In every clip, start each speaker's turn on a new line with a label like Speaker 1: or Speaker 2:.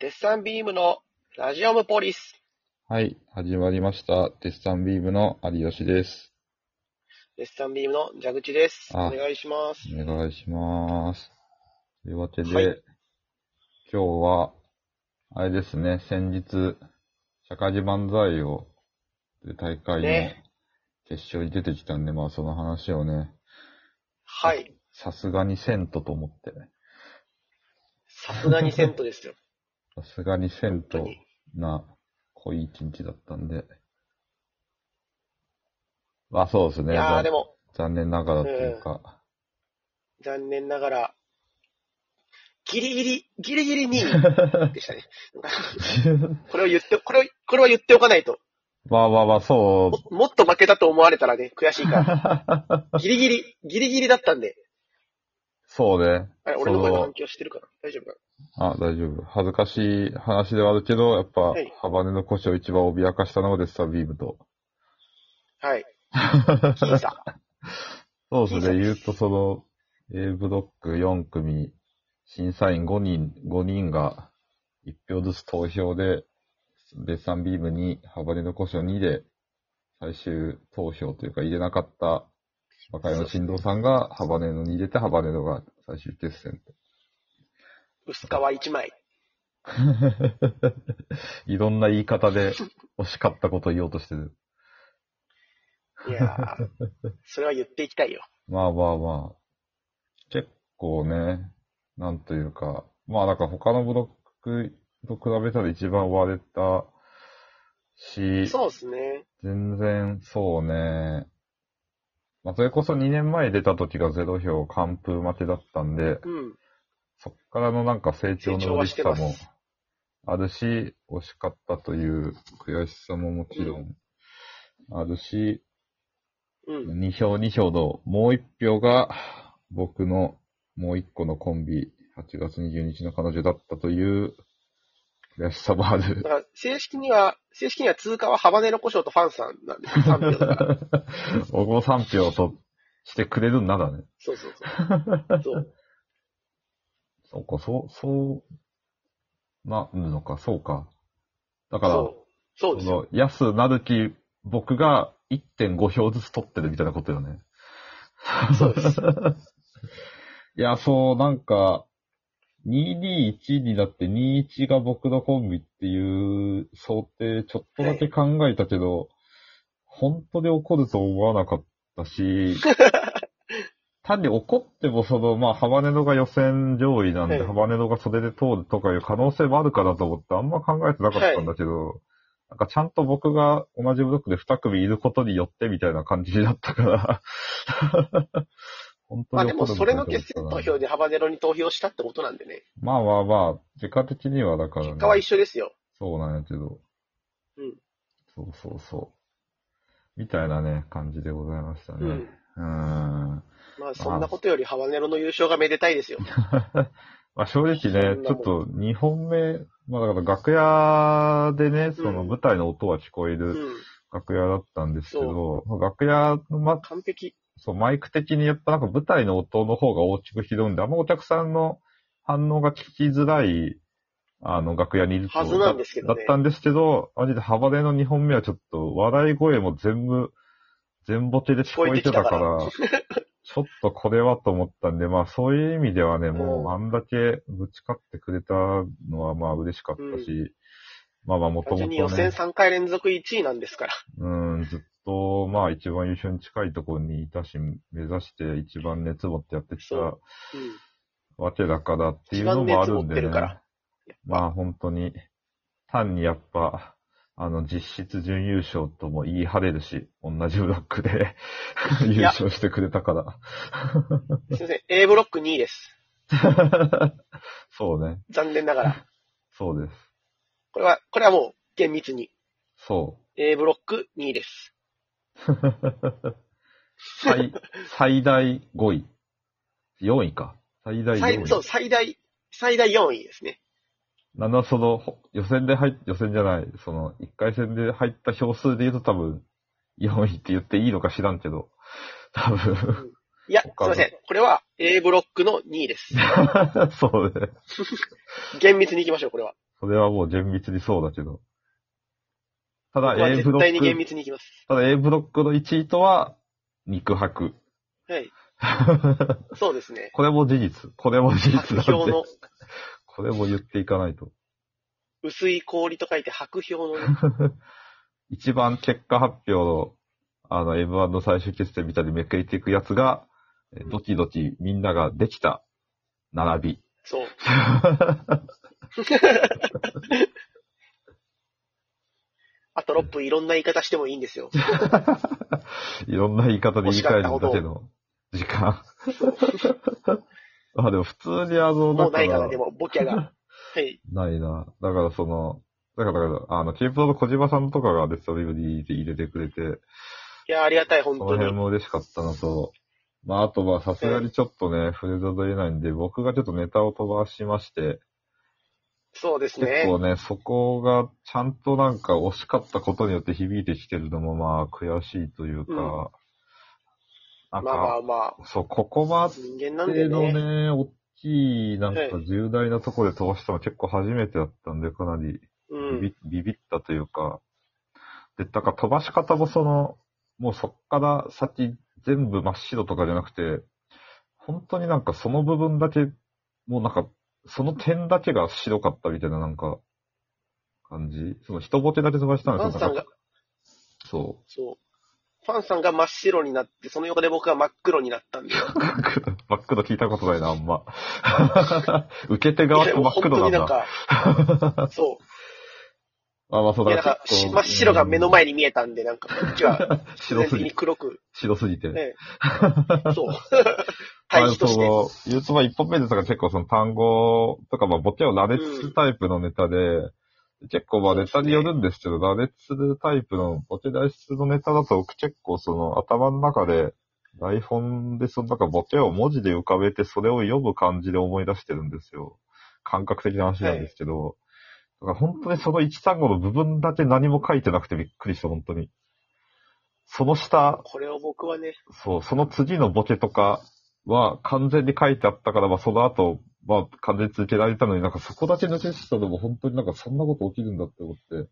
Speaker 1: デッサンビームのラジオムポリス。
Speaker 2: はい、始まりました。デッサンビームの有吉です。
Speaker 1: デッサンビームの蛇口です。
Speaker 2: あ
Speaker 1: お願いします。
Speaker 2: お願いします。というわけで、
Speaker 1: はい
Speaker 2: 今日は、あれですね、先日、社会人漫才を、という大会の
Speaker 1: ね
Speaker 2: 決勝に出てきたんで、まあその話をね、
Speaker 1: はい。
Speaker 2: さすがにせんとと思って、
Speaker 1: さすがにセントですよ。
Speaker 2: さすがにせん
Speaker 1: 本
Speaker 2: と
Speaker 1: 当に
Speaker 2: な濃い一日だったんで、まあそうです
Speaker 1: い
Speaker 2: ね、
Speaker 1: やーでも、
Speaker 2: 残念ながらというか、
Speaker 1: 残念ながら、ギリギリ、ギリギ リに位でしたね。 これを言って、これを、これは言っておかないと。
Speaker 2: まあまあまあ、そ
Speaker 1: ももっと負けたと思われたらね、悔しいうか。
Speaker 2: ら。
Speaker 1: ら。ギリギリ、ギリギリだったんで。
Speaker 2: そうね。
Speaker 1: あれ、
Speaker 2: そ
Speaker 1: 俺の声が
Speaker 2: の
Speaker 1: 反響してるから。大丈夫か
Speaker 2: あ、大丈夫。恥ずかしい話ではあるけど、やっぱ、
Speaker 1: はい
Speaker 2: ハバネの腰を一番脅かしたのはデッサンビームと。
Speaker 1: なはい。 僅差。
Speaker 2: そうです
Speaker 1: い
Speaker 2: ね、
Speaker 1: い
Speaker 2: 言
Speaker 1: で
Speaker 2: うとその、A ブロック4組、審査員5人、5人が1票ずつ投票で、デッサンビームに、ハバネの故障2で、最終投票というか入れなかった、若いの振動さんが、ハバネのに入れて、ハバネのが最終決戦と。
Speaker 1: 薄皮一枚。
Speaker 2: いろんな言い方で惜しかったことを言おうとしてる。
Speaker 1: いやーそれは言っていきたいよ。
Speaker 2: まあまあまあ。結構ね、なんというか、まあなんか他のブロックと比べたら一番割れたし、
Speaker 1: そうですね。
Speaker 2: 全然そうね。まあそれこそ2年前出た時がゼロ票完封負けだったんで、
Speaker 1: うん。
Speaker 2: そっからのなんか成長
Speaker 1: 成長
Speaker 2: の
Speaker 1: は
Speaker 2: 嬉
Speaker 1: し
Speaker 2: してさ
Speaker 1: ます
Speaker 2: もあるし、惜しかったという悔しさももちろんあるし、
Speaker 1: うん。
Speaker 2: 2票2票のもう1票が僕のもう1個のコンビ、8月22日の彼女だったという悔しさもあ
Speaker 1: だ
Speaker 2: る。
Speaker 1: から、正式には、正式には通過はハバネロ胡椒とファンさんなん ですよ。3票だから。
Speaker 2: 僕も3票としてくれるんならね。
Speaker 1: そうそうそう。そう。
Speaker 2: そうか、そう、そう、なるのか、そうか。だから、
Speaker 1: そう。そう
Speaker 2: そ
Speaker 1: ですよ。
Speaker 2: の、安なるき、僕が1.5票ずつ取ってるみたいなことよね。
Speaker 1: そうです。
Speaker 2: いや、そう、なんか、221になって21が僕のコンビっていう想定ちょっとだけ考えたけど、本当で怒ると思わなかった し、単に怒ってもその、まあ、ハバネドが予選上位なんで、
Speaker 1: はい
Speaker 2: ハバネドが袖で通るとかいう可能性もあるかなと思って、あんま考えてなかったんだけど、なんかちゃんと僕が同じブロックで2組いることによってみたいな感じだったから、 本
Speaker 1: ま
Speaker 2: 当
Speaker 1: あ
Speaker 2: に
Speaker 1: で
Speaker 2: 怒
Speaker 1: も、
Speaker 2: る
Speaker 1: それの
Speaker 2: のかと思ったな
Speaker 1: 決選投票でハバネロに投票したってことなんでね。
Speaker 2: まあまあまあ、時間的にはだから、ね、
Speaker 1: 結果は一緒ですよ。
Speaker 2: そうなんやけど。
Speaker 1: うん。
Speaker 2: そうそうそう。みたいなね、感じでございました
Speaker 1: う
Speaker 2: ね
Speaker 1: ん。。
Speaker 2: うーん。
Speaker 1: まあ、そんなことよりハバネロの優勝がめでたいですよ。
Speaker 2: まあ正直
Speaker 1: そん
Speaker 2: ね、ち
Speaker 1: な
Speaker 2: ょ
Speaker 1: もん
Speaker 2: っと2本目、まあだから楽屋でね、その
Speaker 1: うん
Speaker 2: 舞台の音は聞こえ
Speaker 1: う
Speaker 2: る
Speaker 1: ん。
Speaker 2: 楽屋だったんですけど、まあ楽屋の、ま、
Speaker 1: 完璧。
Speaker 2: そう、マイク的にやっぱなんか舞台の音の方が大きく拾うんで、あんまお客さんの反応が聞きづらい、あの、楽屋にいると
Speaker 1: はずなんですけどね
Speaker 2: だだったんですけど、マジで幅での2本目はちょっと、笑い声も全部、全ボテで聞こえてたから、ちょっとこれはと思ったんで、まあそういう意味ではね、
Speaker 1: う
Speaker 2: も
Speaker 1: ん
Speaker 2: うあんだけぶちかってくれたのはまあ嬉しかったし、まあまあもと
Speaker 1: 単
Speaker 2: も
Speaker 1: 純に予
Speaker 2: と
Speaker 1: 選
Speaker 2: ね、
Speaker 1: 3回連続1位なんですから。
Speaker 2: うん、ずっと、まあ一番優勝に近いところにいたし、目指して一番熱持ってやってき
Speaker 1: そう
Speaker 2: た
Speaker 1: うん。
Speaker 2: わけだからっていうのもあるんで
Speaker 1: 一番熱持ってる
Speaker 2: ね
Speaker 1: から。
Speaker 2: まあ本当に、単にやっぱ、あの、実質準優勝とも言い張れるし、同じブラッ クで優勝してくれたか
Speaker 1: すいません。A ブロック2位です。
Speaker 2: ら。そうね。
Speaker 1: 残念なが ら。
Speaker 2: そうです。
Speaker 1: これは、これはもう厳密に。
Speaker 2: そ
Speaker 1: A ブロック2位です。
Speaker 2: う。 最、最大5位。4位か。最大
Speaker 1: 最
Speaker 2: 4位。
Speaker 1: そう、最大、最大4位ですね。
Speaker 2: なんだその、ほ予選で入っ、予選じゃない、その、1回戦で入った票数で言うと多分、4位って言っていいのか知らんけど、多分、
Speaker 1: いや、すい
Speaker 2: 他
Speaker 1: ま
Speaker 2: の
Speaker 1: せん。これは A ブロックの2位です。
Speaker 2: そうね。
Speaker 1: 厳密に行きましょう、これは。
Speaker 2: それはもう厳密にそうだけど。ただ
Speaker 1: 僕は
Speaker 2: A ブ
Speaker 1: 絶
Speaker 2: ロ
Speaker 1: 対に厳
Speaker 2: ック、
Speaker 1: 密にいきます。
Speaker 2: ただ A ブロックの1位とは、肉薄。
Speaker 1: はい。そうですね。
Speaker 2: これも事実。これも事実
Speaker 1: 白
Speaker 2: なん
Speaker 1: 氷
Speaker 2: で。
Speaker 1: の、
Speaker 2: これも言っていかないと。
Speaker 1: 薄い氷と書いて白氷 のね、
Speaker 2: 一番結果発表の、あの、M1 の最終決戦みたいにめくりていくやつが、えドキドキみんなができた並び。
Speaker 1: そう。あと6分いろんな言い方してもいいんです よ。
Speaker 2: いろんな言い方で言い換えるんだけど、時間。 あ、でも普通にあの、
Speaker 1: も
Speaker 2: だ
Speaker 1: うな
Speaker 2: か
Speaker 1: いからら、で、も、ボキャが。はい。
Speaker 2: ないな。だからその、だから、だからあの、ケープロの小島さんとかがデストリブに入れてくれて、
Speaker 1: いや、ありがたい、本
Speaker 2: その
Speaker 1: 当
Speaker 2: 辺
Speaker 1: に。
Speaker 2: も嬉しかったのと、まあ、あとはさすがにちょっとね、触れざるを得ないんで、僕がちょっとネタを飛ばしまして、
Speaker 1: そうです
Speaker 2: 結
Speaker 1: ね。
Speaker 2: 構ね、そこがちゃんとなんか惜しかったことによって響いてきてるのもまあ悔しいというか、
Speaker 1: まあ
Speaker 2: なん
Speaker 1: ま
Speaker 2: か、
Speaker 1: あま
Speaker 2: そう、ここま
Speaker 1: あ、人間なんで
Speaker 2: での
Speaker 1: ね。
Speaker 2: ね、大きい、なんか
Speaker 1: は
Speaker 2: 重大なところで飛ばしたの結構初めてだったんで、かなり
Speaker 1: う
Speaker 2: ビビ,、
Speaker 1: ん。
Speaker 2: ビビったというか、で、だから飛ばし方もその、もうそっから先全部真っ白とかじゃなくて、本当になんかその部分だけ、もうなんか、その点だけが白かったみたいななんか、感じその人ボケだけ飛ばしたん
Speaker 1: パ
Speaker 2: で
Speaker 1: ン
Speaker 2: すよ。
Speaker 1: さんが、
Speaker 2: そ
Speaker 1: そう。パンさんが真っ白になって、その横で僕が真っ黒になったんで。
Speaker 2: う。 バックド、バックド聞いたことないな、あんま。 受け手側と
Speaker 1: も
Speaker 2: バ
Speaker 1: う
Speaker 2: ック
Speaker 1: 本当
Speaker 2: ドな
Speaker 1: に
Speaker 2: ん
Speaker 1: なん
Speaker 2: だ。
Speaker 1: か、 そ
Speaker 2: あ、まあそう
Speaker 1: う。い
Speaker 2: だ
Speaker 1: や、なんか、し真っ白が目の前に見えたんで、なんか、こっちは、
Speaker 2: うん白
Speaker 1: 全
Speaker 2: す
Speaker 1: 的
Speaker 2: ぎ
Speaker 1: に、黒く、
Speaker 2: 白すぎて。
Speaker 1: ね。 そう。対比として。
Speaker 2: あその、ユーチューバー一本目ですが結構その単語とか、まあ、ボケを羅列するタイプのネタで、結構まあネタによるんですけど、羅列するタイプのボケ代出のネタだと、僕結構その頭の中で、台本でそのなんかボケを文字で浮かべて、それを読む感じで思い出してるんですよ。感覚的な話なんですけど、だから本当にその一単語の部分だけ何も書いてなくてびっくりした、本当に。その下、
Speaker 1: これを僕はね、
Speaker 2: そう、その次のボケとかは完全に書いてあったから、まあその後、まあ完全に続けられたのになんかそこだけ抜けてたのも本当になんかそんなこと起きるんだって思って。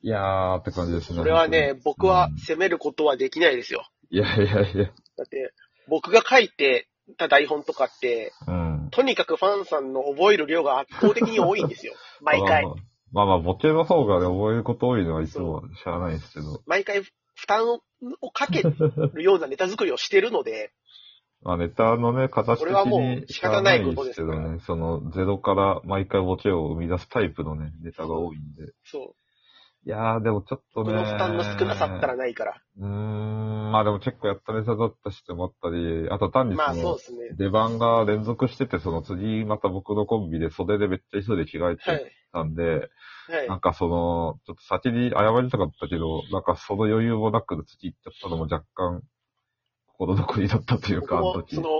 Speaker 2: いやーって感じですね。
Speaker 1: それはね、僕は
Speaker 2: うん
Speaker 1: 責めることはできないですよ。
Speaker 2: 本当に。いやいやいや。
Speaker 1: だって、僕が書いてた台本とかって、
Speaker 2: うん。
Speaker 1: とにかくファンさんの覚える量が圧倒的に多いん ですよ。毎回
Speaker 2: まあ。まあ。まあまあ、ボケの方がね、覚えること多いのはいつも知らないですけど。
Speaker 1: 毎回負担をかけるようなネタ作りをしてるので、
Speaker 2: まあネタのね、形
Speaker 1: こ
Speaker 2: 的
Speaker 1: れはもう
Speaker 2: に
Speaker 1: 仕方ないこと
Speaker 2: 知ら
Speaker 1: です
Speaker 2: ないですけどね、そのゼロから毎回ボケを生み出すタイプのね、ネタが多いんで。
Speaker 1: そう。
Speaker 2: いやーでもちょっとね。
Speaker 1: この負担の少なさったらないから。
Speaker 2: うーん、まあでも結構やったネタだったしと思ったり、あと単に
Speaker 1: ま
Speaker 2: そ
Speaker 1: あそう
Speaker 2: の、
Speaker 1: ですね。
Speaker 2: 出番が連続してて、その次また僕のコンビで袖でめっちゃ急いで着替え
Speaker 1: は
Speaker 2: て
Speaker 1: い。
Speaker 2: たんで、
Speaker 1: は。
Speaker 2: ないんかその、ちょっと先に謝りたかったけど、なんかその余裕もなく次行っちゃったのも若干、心残りだったという
Speaker 1: 僕
Speaker 2: か、あの
Speaker 1: も、
Speaker 2: 時。
Speaker 1: そ
Speaker 2: い
Speaker 1: の、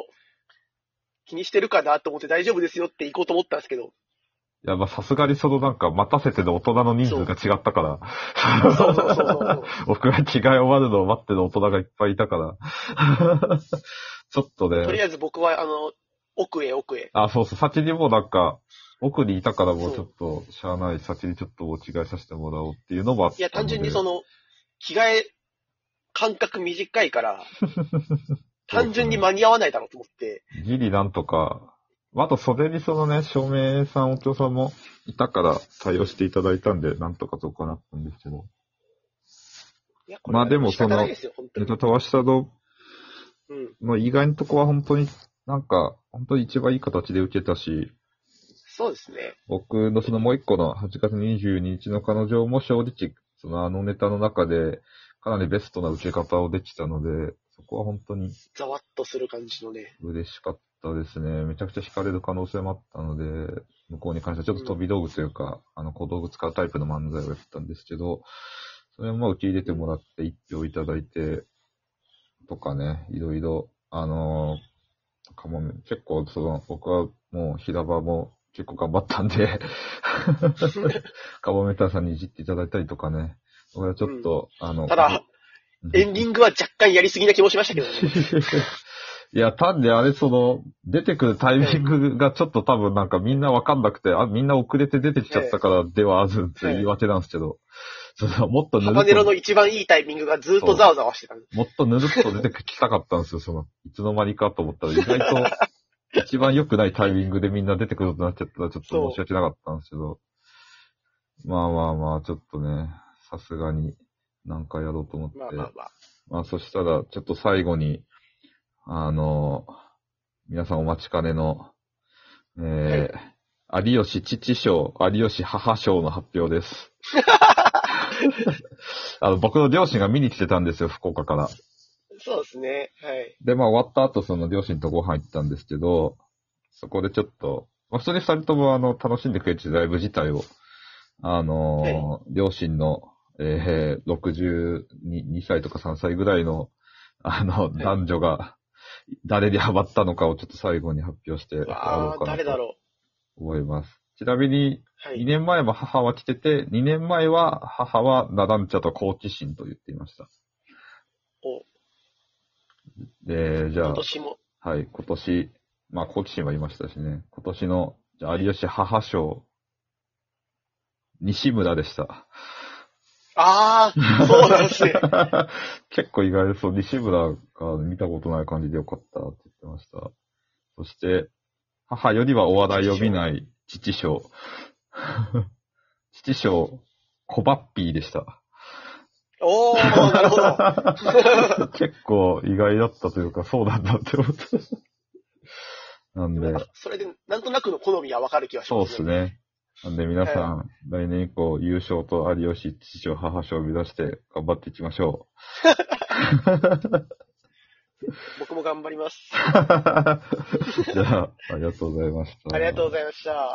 Speaker 1: 気にしてるかなと思って大丈夫ですよって行こうと思ったんですけ ど、
Speaker 2: や、まあさすがにそのなんか待たせての大人の人数が違ったから、
Speaker 1: そうそうそう そう。
Speaker 2: 僕が着替え終わるのを待ってる大人がいっぱいいたから、 ちょっとね。
Speaker 1: とりあえず僕は、あの、奥へ奥へ。
Speaker 2: あ、そうそう、先にもうなんか、奥にいたからもうちょっと、しゃあない、先にちょっとお違いさせてもらおうっていうのもあったの
Speaker 1: い
Speaker 2: で。
Speaker 1: や、単純にその、着替え、間隔短い から、単純に間に合わないだろうと思って、
Speaker 2: ギリなんとか、あと袖にそのね、照明さん、お経さんもいたから対応していただいたんで、なんとかどうかなったんですけど。
Speaker 1: いや、これ
Speaker 2: まあでも
Speaker 1: 仕方ないですよ、本当
Speaker 2: ネ
Speaker 1: に
Speaker 2: タ。飛ばしたの
Speaker 1: うん。
Speaker 2: の意外のとこは本当に、なんか、本当に一番いい形で受けたし、
Speaker 1: そうですね。
Speaker 2: 僕のそのもう一個の8月22日の彼女も正直、そのあのネタの中で、かなりベストな受け方をできたので、そこは本当に
Speaker 1: ざわっとする感じのね。
Speaker 2: 嬉しかったですね。めちゃくちゃ惹かれる可能性もあったので、向こうに関してはちょっと飛び道具というか、あの小道具使うタイプの漫才をやったんですけど、それもまあ受け入れてもらって一票いただいて、とかね、いろいろ、あのーかもめ、結構その、僕はもう平場も結構頑張った んで、カモメタさんにいじっていただいたりとかね、俺はちょっと、あの、
Speaker 1: ただ、
Speaker 2: うん
Speaker 1: エンディングは若干やりすぎな気もしましたけどね。
Speaker 2: いいや、単にあれ、その、出てくるタイミングがちょっと多分なんかみんなわかんなくて、あ、みんな遅れて出てきちゃったからではあずんって言い訳なんですけど、そのもっとぬ
Speaker 1: ハ
Speaker 2: る
Speaker 1: バ
Speaker 2: っ
Speaker 1: ネロ
Speaker 2: と
Speaker 1: の、一番いいタイミングがずっとざわざわしてた。
Speaker 2: もっとぬるっと出てきたかったんですよ、その、いつの間にかと思ったら、意外と一番良くないタイミングでみんな出てくることになっちゃったらちょっと申し訳なかったんですけど、まあまあまあ、ちょっとね、さすがに何回やろうと思って。
Speaker 1: まあまあまあ。
Speaker 2: まあ、そしたら、ちょっと最後に、あの、皆さんお待ちかねの、えー有吉父賞、有吉母賞の発表です。あの、僕の両親が見に来てたんですよ、福岡から。
Speaker 1: そうですね。はい。
Speaker 2: で、まあ、終わった後、その両親とご飯行ったんですけど、そこでちょっと、まあ、それで二人とも、あの、楽しんでくれてたライブ自体を、あのー両親の、えー、62 2歳とか3歳ぐらいの、あの、
Speaker 1: い
Speaker 2: 男女が、誰にハマったのかをちょっと最後に発表して終わ
Speaker 1: あ
Speaker 2: ろ
Speaker 1: あ、
Speaker 2: うか
Speaker 1: 誰
Speaker 2: な
Speaker 1: だ
Speaker 2: と
Speaker 1: ろ
Speaker 2: 思います。ちなみに、
Speaker 1: う。は
Speaker 2: 2
Speaker 1: い。
Speaker 2: 年前も母は来てて、2年前は母はナダンチャと好奇心と言っていました。
Speaker 1: お
Speaker 2: で、じゃあ
Speaker 1: 今、年も。
Speaker 2: はい、今年、まあ、好奇心は言いましたしね、今年の、じゃあ有吉母賞、西村でした。
Speaker 1: ああ、そうなんですね。
Speaker 2: 結構意外です。そう西村が見たことない感じでよかったって言ってました。そして、母よりはお笑いを見ない父賞。 父賞、コバッピーでした。
Speaker 1: おー、なるほど。
Speaker 2: 結構意外だったというか、そうなんだって思って。なん
Speaker 1: でも
Speaker 2: で
Speaker 1: なん。かそれで、なんとなくの好みはわかる気がし
Speaker 2: そう
Speaker 1: ま
Speaker 2: です
Speaker 1: ね。
Speaker 2: すね。なんで皆さん、来年以降、優勝と有吉、父賞、母賞を目指して頑張っていきましょ
Speaker 1: 僕も頑張ります。
Speaker 2: う。じゃあ、ありがとうございました。
Speaker 1: ありがとうございました。